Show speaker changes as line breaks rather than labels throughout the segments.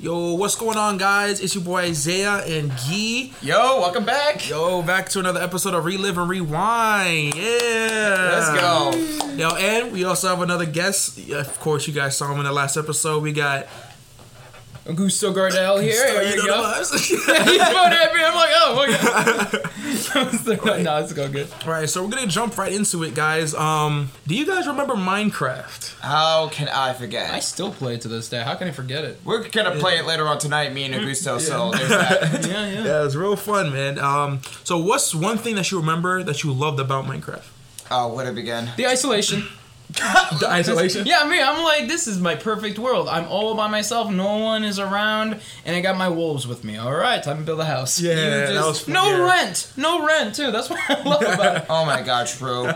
Yo, what's going on, guys? It's your boy Isaiah and Gee.
Yo, welcome back.
Yo, back to another episode of Relive and Rewind. Yeah.
Let's go.
Yo, and we also have another guest. Of course, you guys saw him in the last episode. We got.
Gusto Gardel here.
Star-
Here
you know
we go.
the vibes.
He's going at me. I'm like, oh my god. no, it's going good.
All right, so we're gonna jump right into it, guys. Um, do you guys remember Minecraft?
How can I
I
forget?
still play it to this day. How can I forget it?
We're gonna play it later on tonight, me and Augusto.
Oh,
So there's that.
Yeah, yeah.
Yeah, it was real fun, man. Um, so what's one thing that you remember that you loved about Minecraft?
Oh, what it began.
The isolation.
The isolation.
Yeah, me. I'm like, this is my perfect world. I'm all by myself. No one is around, and I got my wolves with me. All right, time to build a house.
Yeah,
You
that was fun,
no
yeah.
rent. No rent too. That's what I love about it.
Oh my God, true.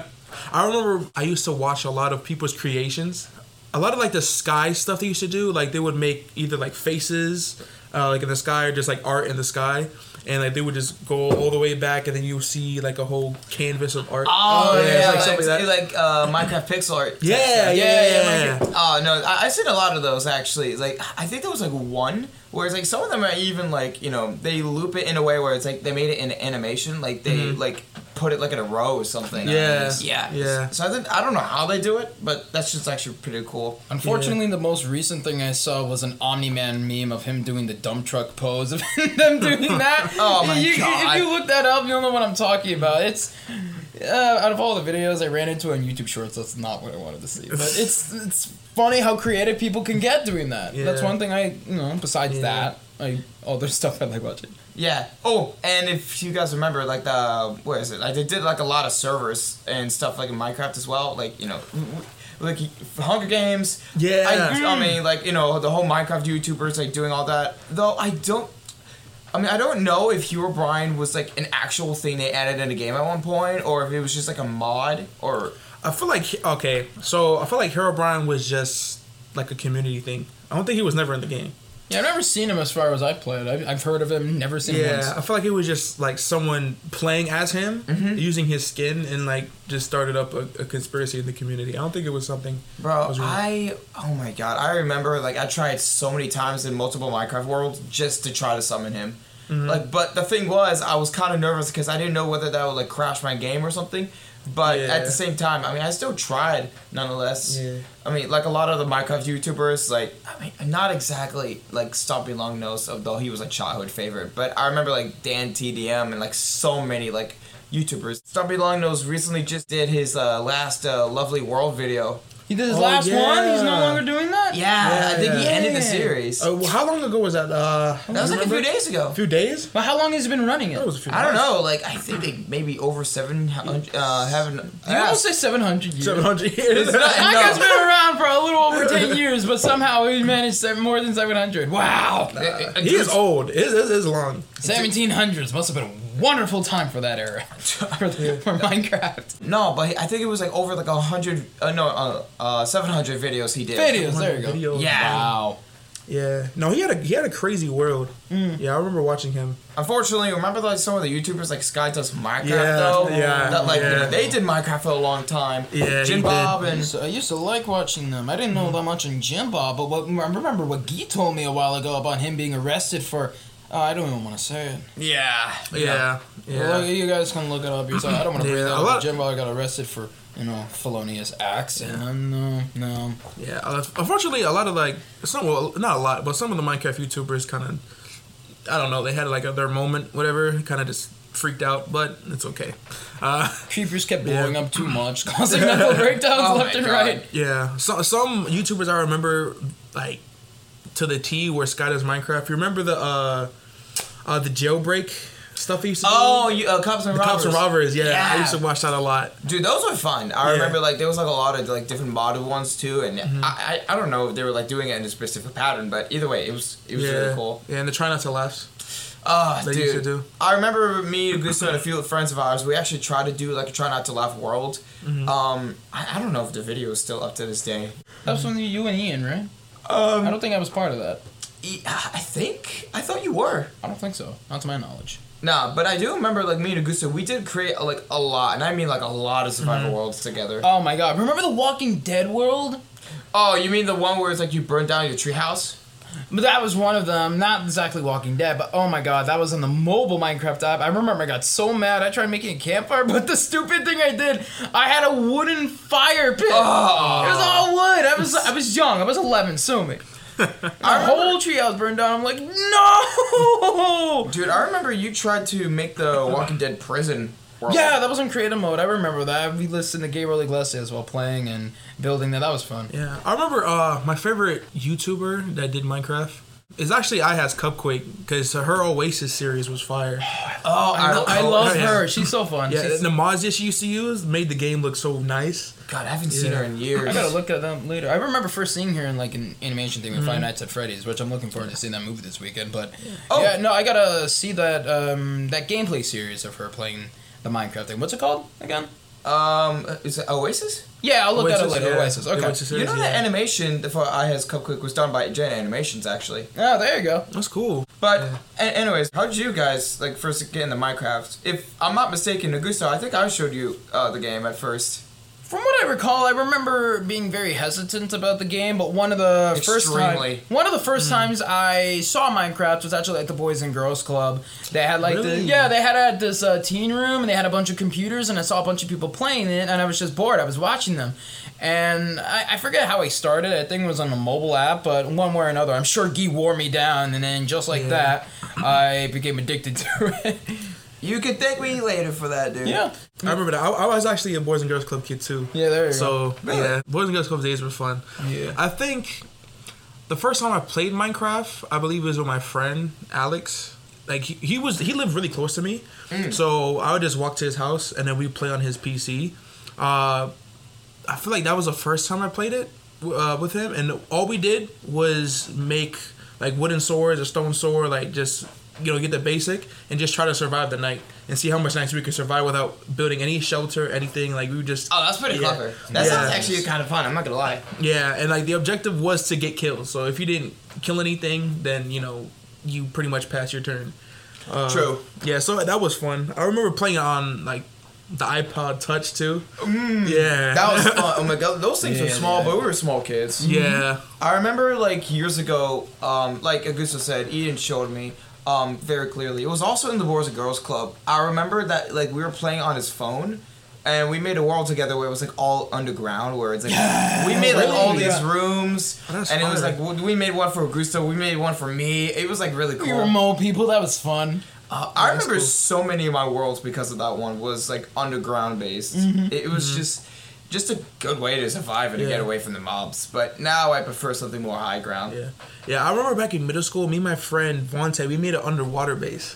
I remember I used to watch a lot of people's creations. A lot of like the sky stuff they used to do, like they would make either like faces, uh, like in the sky, or just like art in the sky, and like they would just go all the way back, and then you see like a whole canvas of art.
Oh
it's
yeah,
like
like,
something that-
like, uh, Minecraft pixel art. type
yeah, yeah,
stuff.
yeah, yeah, yeah.
Oh no, I, I've seen a lot of those actually. Like I think there was like one where it's like some of them are even like you know they loop it in a way where it's like they made it in animation, like they like put it like in a row or something.
Mm-hmm. Yeah.
yeah,
Yeah.
So I think I don't know how they do it, but that's just actually pretty cool.
Unfortunately, the most recent thing I saw was an Omni Man meme of him doing the dump truck pose of them doing that.
Oh my
You-
God.
If you look that up, you'll know what I'm talking about. It's uh, out of all the videos I ran into on YouTube Shorts, that's not what I wanted to see. But it's it's funny how creative people can get doing that. That's
Yeah.
one thing I you know. Besides
Yeah.
that, I all there's stuff I like watching.
Yeah. Oh, and if you guys remember, like the what is it? Like they did like a lot of servers and stuff like in Minecraft as well. Like you know, like Hunger Games.
Yeah.
I, I mean, like you know, the whole Minecraft YouTubers like doing all that. Though I don't. I mean, I don't know if Hero Brian was like an actual thing they added in a game at one point, or if it was just like a mod, or
I feel like okay, so I feel like Herobrine was just like a community thing. I don't think he was never in the game.
Yeah, I've never seen him as far as I played. I've, I've heard of him, never seen him once.
Yeah, I feel like it was just like someone playing as him,
Mm-hmm.
using his skin, and like just started up a, a conspiracy in the community. I don't think it was something. that
Bro,
was really-
I oh my god, I remember like I tried so many times in multiple Minecraft worlds just to try to summon him.
Mm-hmm.
Like, but the thing was, I was kind of nervous because I didn't know whether that would like crash my game or something. But at
Yeah.
the same time, I mean, I still tried nonetheless.
Yeah.
I mean, like a lot of the Minecraft YouTubers, like I mean, not exactly like Stompy Long Nose, although he was a childhood favorite. But I remember like Dan TDM and like so many like YouTubers. Stompy Long Nose recently just did his uh, last uh, Lovely World video.
He did his
Oh,
last one. He's
yeah.
no longer doing that.
Yeah, I think he
Yeah.
ended the series.
Uh, well, how long ago was that? Uh,
that was like a few
remember?
days ago.
A few days?
But how long has he been running it?
That was a few.
I don't know. Like I think they maybe over seven hundred. Uh, haven't
You almost say 700 years.
Seven hundred years.
not-
That
No.
guy's been around for a little over 10 years, but somehow he managed seven, more than 700. Wow.
he is old. It is, it is long.
1700s must have been a wonderful time for that era. for, the, for Minecraft.
no, but I think it was like over like a hundred. Uh, no, uh, uh, seven hundred videos he did.
Videos, there you go.
Video.
Yeah.
Wow.
Yeah. No, he had a he had a crazy world.
Mm.
Yeah, I remember watching him.
Unfortunately, remember like some of the YouTubers like Sky does Minecraft
Yeah,
though.
yeah,
That like you know,
yeah.
they did Minecraft for a long time.
Yeah, he
Jim
did.
Bob
I
and
used, to, I used to like watching them. I didn't know that much on Jim Bob, but what, I remember what Guy told me a while ago about him being arrested for. Uh, I don't even want to say it.
yeah,
Yeah.
Well,
Yeah.
look, you guys can look it up yourself. I don't want to
Yeah,
bring that
a
up.
lot-
but Jim Bob got arrested for, you know, felonious acts, and uh, no, no.
Yeah. Uh, unfortunately, a lot of like it's not well, not a lot, but some of the Minecraft YouTubers kind of I don't know. They had like their moment, whatever. Kind of just freaked out, but it's okay. Uh,
Creepers kept
Yeah.
blowing up too much, causing mental breakdowns
Oh
left
my
and
God.
right.
Yeah, so, some YouTubers I remember like to the T where Sky does Minecraft. You remember the uh, uh the jailbreak stuff he used to
oh,
do?
you, uh, cops and
the cops
robbers.
and robbers. Yeah, I
Yeah.
used to watch that a lot.
Dude, those were fun. I
Yeah. Mm-hmm.
remember like there was like a lot of like different modded ones too, and I, I I don't know if they were like doing it in a specific pattern, but either way, it was it was
yeah,
really cool.
yeah, and the try not to laugh.
Ah,
They
dude,
used to do.
I remember me, Gusto, and a few friends of ours. We actually tried to do like a try not to laugh world.
Mm-hmm.
Um, I, I don't know if the video is still up to this day.
That was when you- you and Ian, right? I
Um,
don't think I was part of that.
e- I think I thought you were.
I don't think so. Not to my knowledge.
Nah, but I do remember like me and Augusto, we did create like a lot, and I mean like a lot of survival worlds together.
Oh my god! Remember the Walking Dead world?
oh, you mean the one where it's like you burned down your treehouse?
But that was one of them. Not exactly Walking Dead, but oh my god, that was on the mobile Minecraft app. I remember I got so mad. I tried making a campfire, but the stupid thing I did, I had a wooden fire pit.
Ah. Oh,
It was all wood. I was I was young. I was 11. Sue me. Our whole treehouse burned down. I'm like, no.
Dude, I remember you tried to make the Walking Dead prison. world.
Yeah, that was in creative mode. I remember that. We listened to Gabriel Iglesias while playing and building that. That was fun.
Yeah, I remember uh, my favorite YouTuber that did Minecraft is actually I has Cupquake because her Oasis series was fire.
Oh,
I, lo- I love
yeah.
her. She's so fun.
Yeah,
She's-
and the mods that she used to use made the game look so nice.
God, I haven't seen
Yeah.
her in years.
I gotta look at them later. I remember first seeing her in like an animation thing with
Mm-hmm.
Five Nights at Freddy's, which I'm looking forward to seeing that movie this weekend. But
Oh.
yeah, no, I gotta see that um, that gameplay series of her playing the Minecraft thing. What's it called again?
Um, is it Oasis?
Yeah, I'll look at it
Oasis,
later.
yeah.
Oasis.
The
Okay.
Oasis
You
series,
know
yeah.
that animation for I Has Cupcake was done by Jen Animations actually.
Oh, there you go.
That's cool.
But
Yeah.
a- anyways, how did you guys like first get into Minecraft? If I'm not mistaken, Nagusa, I think I showed you uh, the game at first.
From what I recall, I remember being very hesitant about the game, but one of the first time,
Extremely.
one of the first times I saw Minecraft was actually at the Boys and Girls Club. They had like the
Really?
yeah, they had, uh this uh, teen room and they had a bunch of computers and I saw a bunch of people playing it and I was just bored. I was watching them, and I, I forget how I started. I think it was on a mobile app, but one way or another, I'm sure Gee wore me down, and then just like
Yeah.
that, I became addicted to it.
You can thank me later for that, dude.
yeah,
I remember that. I, I was actually a Boys and Girls Club kid too.
yeah, there you go.
So
Really?
yeah, Boys and Girls Club days were fun.
Yeah.
I think the first time I played Minecraft, I believe it was with my friend Alex. Like he, he was he lived really close to me, so I would just walk to his house and then we play on his PC. Uh, I feel like that was the first time I played it uh, with him, and all we did was make like wooden swords or stone sword, like just you know get the basic and just try to survive the night and see how much nights we could survive without building any shelter, anything. Like we would just
Oh, that's pretty
Yeah.
clever. That
Yeah.
sounds actually kind of fun. I'm not gonna lie.
yeah, and like the objective was to get kills. So if you didn't kill anything, then you know you pretty much pass your turn. Uh,
True.
Yeah, so that was fun. I remember playing on like the iPod Touch too. yeah.
Mm. That was fun. Oh my god, those things were
Yeah,
small,
yeah.
but we were small kids.
yeah.
I remember like years ago, um, like Augusto said, Ian showed me um, very clearly. It was also in the Boys and Girls Club. I remember that like we were playing on his phone. And we made a world together where it was like all underground, where it's like we made like all
Really?
these rooms,
Oh, That's
and it was
fire.
like w- we made one for Augusto, we made one for me. It was like really cool.
We were mole people. That was fun.
Uh, I remember
cool.
so many of my worlds because of that one was like underground based. It was just just a good way to survive and to
Mm-hmm. Yeah.
get away from the mobs. But now I prefer something more high ground.
Yeah. Yeah, I remember back in middle school, me and my friend Vontae, we made an underwater base.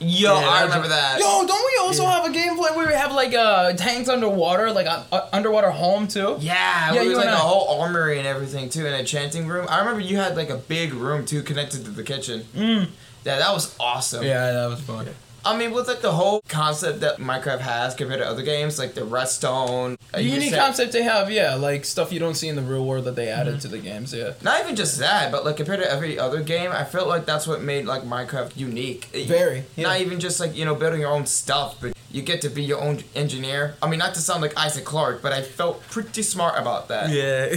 Yo,
Yeah,
I
that's-
remember that.
Yo, don't we also
Yeah.
have a gameplay where we have like uh tanks underwater, like uh, uh, underwater home too?
Yeah,
Yeah,
it
you
was like
and
a
I-
whole armory and everything too, and a chanting room. I remember you had like a big room too connected to the kitchen. Mm. Yeah, that was awesome.
Yeah, that was fun.
I mean, with like the whole concept that Minecraft has compared to other games, like the redstone, uh,
The
you
unique
said-
concept they have, yeah, like stuff you don't see in the real world that they added
Mm-hmm.
to the games, yeah.
Not even just that, but like compared to every other game, I felt like that's what made like Minecraft unique. It-
Very, yeah.
Not even just like you know building your own stuff, but you get to be your own engineer. I mean, not to sound like Isaac Clarke, but I felt pretty smart about that.
Yeah.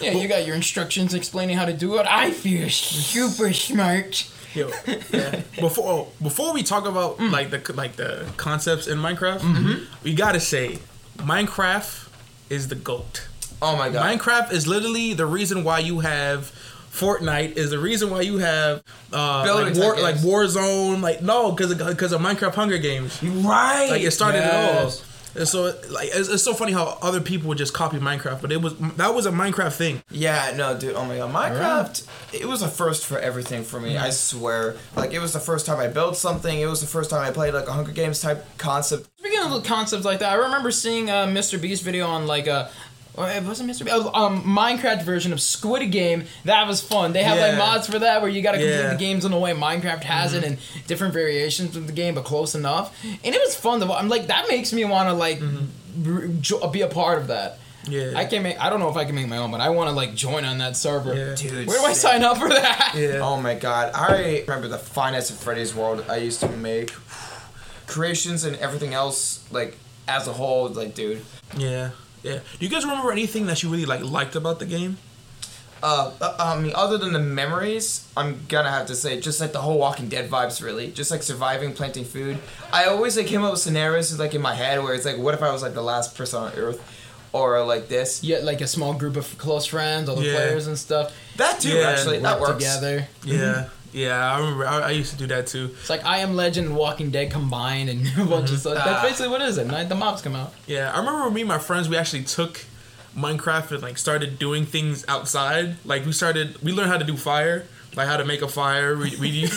Yeah, you got your instructions explaining how to do it. I feel super smart.
Yo, yeah. before oh, before we talk about
Mm.
like the like the concepts in Minecraft,
Mm-hmm.
we gotta say, Minecraft is the goat.
Oh my god.
Minecraft is literally the reason why you have Fortnite is the reason why you have uh,
Building
like,
tech
war,
games.
like Warzone like no because because of, Minecraft Hunger Games
right.
like it started
Yes.
it all and so like it's, it's so funny how other people would just copy Minecraft but it was that was a Minecraft thing
Yeah, no, dude. Oh my god, Minecraft. It was a first for everything for me. I swear. Like it was the first time I built something. It was the first time I played like a Hunger Games type concept.
Speaking of little concepts like that, I remember seeing uh, Mr. Beast video on like a. oh, It wasn't Mr. Beast. oh, Um, Minecraft version of Squid Game. That was fun. They have like
Yeah.
mods for that where you got to complete
Yeah. Mm-hmm.
the games in the way Minecraft has it and different variations of the game, but close enough. And it was fun to. wa- I'm like that makes me want to like r- jo- be a part of that.
Mm-hmm. yeah
I can make. I don't know if I can make my own, but I want to like join on that server.
Yeah.
Dude,
Where do I
sick.
sign up for that?
yeah
Oh my god, I remember the finest of Freddy's World I used to make. Creations and everything else, like, as a whole, like, dude.
yeah yeah do you guys remember anything that you really like liked about the game
uh, uh, I mean, other than the memories, I'm gonna have to say just like the whole Walking Dead vibes, really. Just like surviving, planting food. I always like came up with scenarios like in my head where it's like, what if I was like the last person on Earth, or like this.
Yeah, like a small group of close friends, all the
Yeah.
players and stuff.
That too,
Yeah,
actually, that
work
works.
together.
Yeah, yeah. I remember. I, I used to do that too.
It's like I Am Legend and Walking Dead combined and a bunch of stuff.
Ah.
That's basically what it is. At night, the mobs come out.
Yeah, I remember me and my friends. We actually took Minecraft and like started doing things outside. Like we started. We learned how to do fire. Like how to make a fire. We, we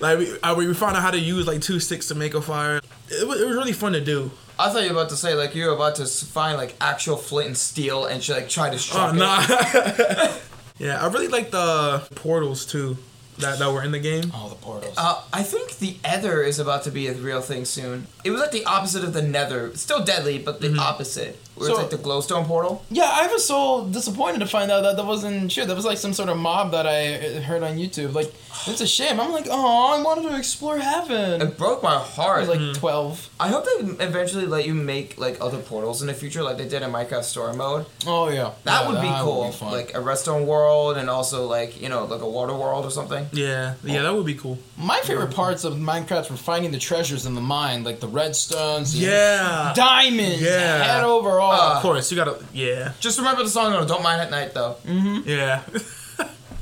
like we, uh, we found out how to use like two sticks to make a fire. It was, it was really fun to do.
I thought you were about to say like you were about to s- find like actual flint and steel and she like try to
Oh
strike
no.
it.
yeah, I really like the portals too that that were in the game.
All the portals.
Uh, I think the ether is about to be a real thing soon. It was like the opposite of the nether. It's still deadly, but the opposite. Where it's
Mm-hmm. So-
like the glowstone portal.
yeah, I was so disappointed to find out that that wasn't sure. That was like some sort of mob that I uh, heard on YouTube. Like, it's a shame. I'm like, oh, I wanted to explore heaven.
It broke my
I
heart.
was like 12.
I hope they eventually let you make like other portals in the future, like they did in Minecraft Story Mode.
Oh, yeah.
That
Yeah,
would be cool,
fun.
like a redstone world, and also like you know like a water world or something.
Yeah, yeah, that would be cool.
My favorite parts of Minecraft were finding the treasures in the mine, like the redstones. the
Yeah.
Diamonds.
Yeah. Ah.
Head over all.
Of course, you gotta. Yeah,
Just remember the song, though. Don't mind at night, though.
yeah.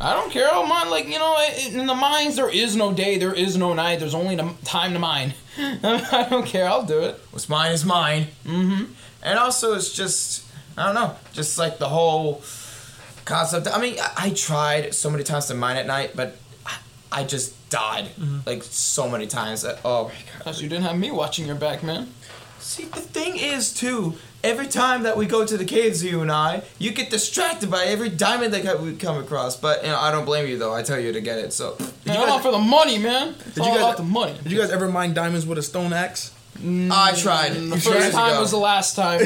I don't care. Oh, mine, like, you know, i- in the mines, there is no day, there is no night, there's only the time to mine. I don't care. I'll do it.
What's mine is mine. Mm-hmm. And also, it's just I don't know, just like the whole concept. I mean, I, I tried so many times to mine at night, but I, I just died like so many times. That, oh my god.
Gosh, you didn't have me watching your back, man.
See, the thing is, too, every time that we go to the caves, you and I, you get distracted by every diamond that we come across. But you know, I don't blame you though. I tell you to get it. So
Man,
you
I'm
guys-
out for the money, man. It's
Did you
all
guys-
about the money.
Did you guys ever mine diamonds with a stone axe?
I tried.
And Mm, the
years
first time
ago.
was the last time.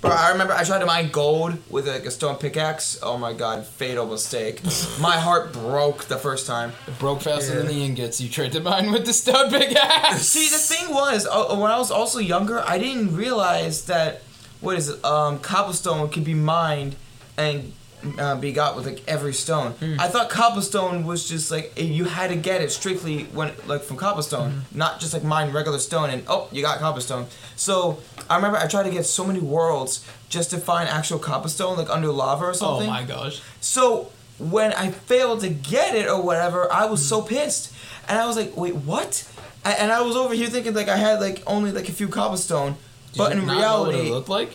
Bro, I remember I tried to mine gold with like a stone pickaxe. Oh my god, fatal mistake. my heart broke the first time.
It broke faster
Yeah.
than the ingots. You tried to mine with the stone pickaxe.
See, the thing was, uh, when I was also younger, I didn't realize that what is it, um, cobblestone could be mined and uh, be got with like every stone.
Hmm.
I thought cobblestone was just like eh, you had to get it strictly when like from cobblestone,
Mm-hmm.
not just like mine regular stone and oh you got cobblestone. So I remember I tried to get so many worlds just to find actual cobblestone like under lava or
Oh
something.
my gosh.
So when I failed to get it or whatever, I was
Mm.
so pissed, and I was like, "Wait, what?" A- And I was over here thinking like I had like only like a few cobblestone,
Did
but
you
in
not know what it
reality,
looked like?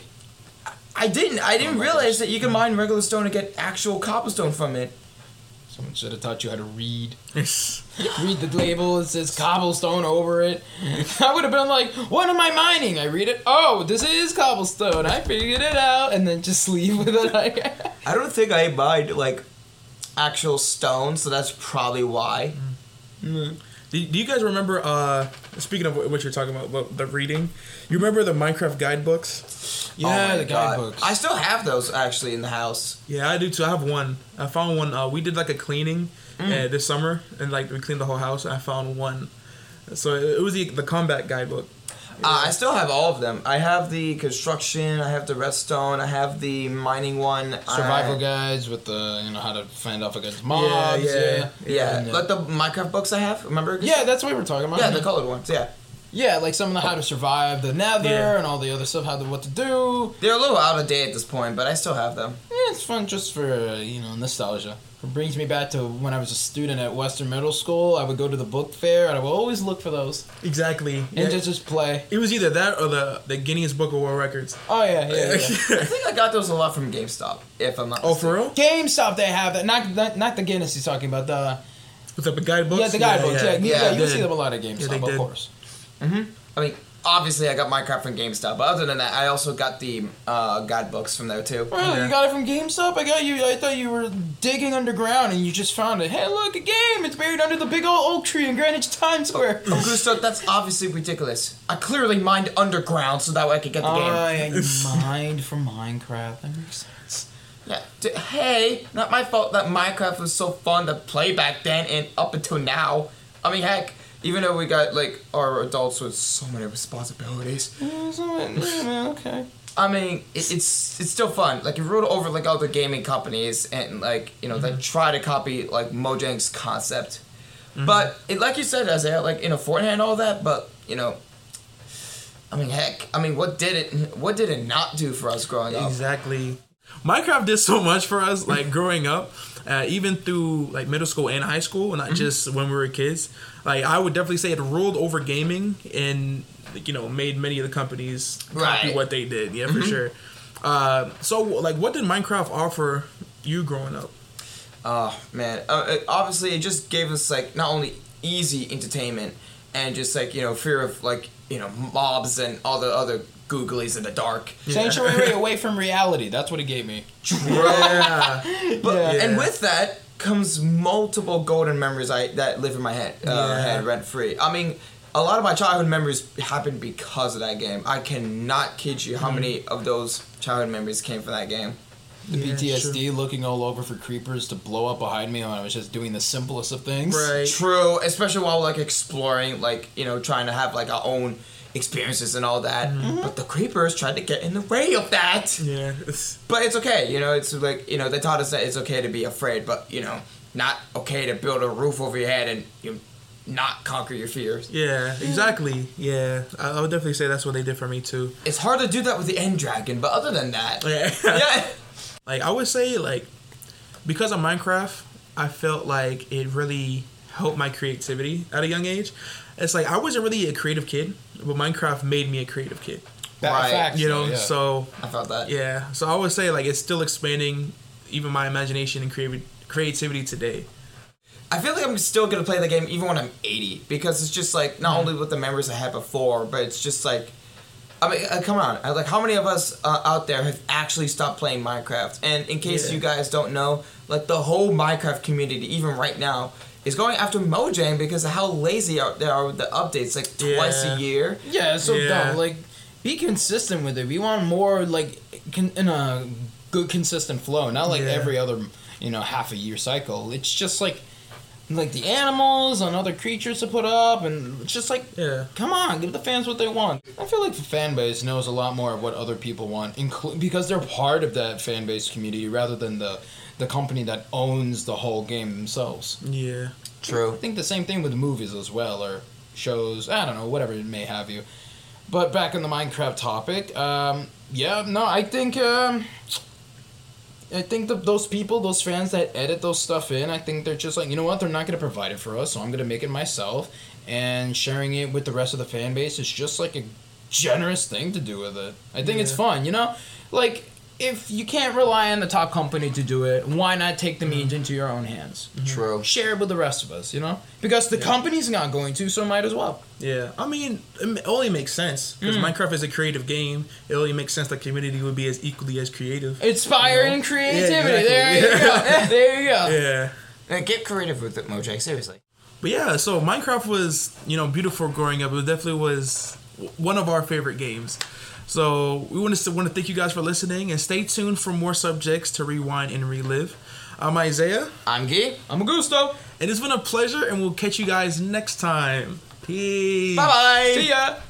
I didn't. I didn't
Oh my
realize
gosh.
that you can mine regular stone and get actual cobblestone from it.
Someone should have taught you how to read.
yeah,
read the label. It says cobblestone over it. I would have been like, "What am I mining?" I read it. Oh, this is cobblestone. I figured it out, and then just leave with it.
I don't think I mined like actual stone, so that's probably why.
Mm.
Oh
Do, do you guys remember? Uh, speaking of what you're talking about, about the reading, you remember the Minecraft guidebooks?
yeah,
my
the
God.
guidebooks.
I still have those actually in the house.
Yeah, I do too. I have one. I found one. Uh, we did like a cleaning uh, this summer, and like we cleaned the whole house. And I found one. So it, it was the, the combat guidebook.
Uh, I still have all of them. I have the construction. I have the redstone. I have the mining one.
Survival
I,
guides with the you know how to fend off against mobs. Yeah,
yeah,
yeah,
Yeah,
Yeah.
like the Minecraft books I have. Remember?
that's what we're talking about.
yeah, the colored ones. Yeah,
Yeah, like some of the how to survive the Nether
Yeah.
and all the other stuff, how to what to do.
they're a little out of date at this point, but I still have them.
Yeah, it's fun just for uh, you know nostalgia. It brings me back to when I was a student at Western Middle School. I would go to the book fair and I would always look for those
Exactly.
and
Yeah.
just just play.
it was either that or the the Guinness Book of World Records.
Oh yeah, yeah, yeah.
I think I got those a lot from GameStop, if I'm not.
oh, for real?
GameStop they have that. Not not, not the Guinness he's talking about. The
With the guidebooks?
yeah, the guidebooks. Yeah, yeah,
yeah,
you
they
see
did.
them a lot at GameStop,
they
of
did.
course.
mistaken. I mean, obviously I got Minecraft from GameStop, but other than that, I also got the uh, guidebooks from there too.
Really,
Oh, Yeah.
you got it from GameStop? I got you. I thought you were digging underground and you just found it. Hey, look, a game. It's buried under the big old oak tree in Greenwich Times Square.
Gusto, Oh, that's obviously ridiculous. I clearly mined underground so that way I could get the game.
I mined from Minecraft. That makes sense.
Yeah. D- hey, not my fault that Minecraft was so fun to play back then and up until now. I mean, heck, even though we got like our adults with so many responsibilities.
Yeah, so, yeah, man, okay.
I mean, it, it's it's still fun. Like it rolled over like other gaming companies and like you know that try to copy like Mojang's concept, but it, like you said, Isaiah, like you know Fortnite and all that. But you know, I mean, heck, I mean, what did it? What did it not do for us growing up?
Exactly. Minecraft did so much for us, like growing up, uh, even through like middle school and high school, not just when we were kids. Like I would definitely say it ruled over gaming, and like, you know made many of the companies copy
Right.
what they did. Yeah, for sure. Uh, so like, what did Minecraft offer you growing up?
Oh man, uh, it- obviously it just gave us like not only easy entertainment and just like you know fear of like you know mobs and all the other googlies in the dark.
Sanctuary away from reality. That's what it gave me.
Yeah,
But,
Yeah.
And with that comes multiple golden memories I that live in my head, uh,
Yeah.
head rent free. I mean, a lot of my childhood memories happened because of that game. I cannot kid you how
Mm-hmm.
many of those childhood memories came from that game.
The
Yeah,
PTSD, looking all over for creepers to blow up behind me when I was just doing the simplest of things.
right.
True, especially while like exploring, like you know, trying to have like our own experiences and all that. But the creepers tried to get in the way of that.
Mm-hmm. Yeah, it's-
But it's okay, you know. It's like you know they taught us that it's okay to be afraid, but you know, not okay to build a roof over your head and you know, not conquer your fears.
yeah, exactly. Yeah, I, I would definitely say that's what they did for me too.
It's hard to do that with the end dragon, but other than that,
Yeah.
yeah,
like I would say like because of Minecraft, I felt like it really helped my creativity at a young age. It's like I wasn't really a creative kid, but Minecraft made me a creative kid.
That
Right.
fact,
You know,
yeah.
so
I felt that.
yeah. So I would say like it's still expanding even my imagination and creative creativity today.
I feel like I'm still gonna play the game even when I'm 80 because it's just like not
Mm-hmm.
only with the memories I had before, but it's just like, I mean, uh, come on, uh, like how many of us uh, out there have actually stopped playing Minecraft? And in case
Yeah.
you guys don't know, like the whole Minecraft community, even right now, is going after Mojang because of how lazy out they are with the updates, like twice
Yeah.
a year.
Yeah, it's so
Yeah.
dumb. Like, be consistent with it. We want more like con- in a good consistent flow, not like
Yeah.
every other you know half a year cycle. It's just like like the animals and other creatures to put up, and it's just like
Yeah.
come on, give the fans what they want. I feel like the fan base knows a lot more of what other people want, inclu- because they're part of that fan base community rather than the the company that owns the whole game themselves.
Yeah.
True.
I think the same thing with movies as well, or shows. I don't know, whatever it may have you. But back on the Minecraft topic, um, yeah, no, I think um, I think the, those people, those fans that edit those stuff in, I think they're just like, you know what, they're not gonna provide it for us, so I'm gonna make it myself, and sharing it with the rest of the fan base is just like a generous thing to do with it. I think it's
Yeah.
fun, you know, like. If you can't rely on the top company to do it, why not take the means into your own hands?
Mm-hmm.
True.
share it with the rest of us, you know? Because the company's not going to, so might as well.
Yeah, I mean, it m- only makes sense because Minecraft is a creative game. It only makes sense the community would be as equally as creative.
Inspiring creativity.
exactly.
There you go. there you go.
Yeah.
get creative with it, Mojang. Seriously.
But yeah, so Minecraft was, you know, beautiful growing up. It definitely was w- one of our favorite games. So we want to want to thank you guys for listening and stay tuned for more subjects to rewind and relive. I'm Isaiah,
I'm Gee.
I'm a gusto.
and it's been a pleasure, and we'll catch you guys next time. Peace.
Bye bye.
See ya.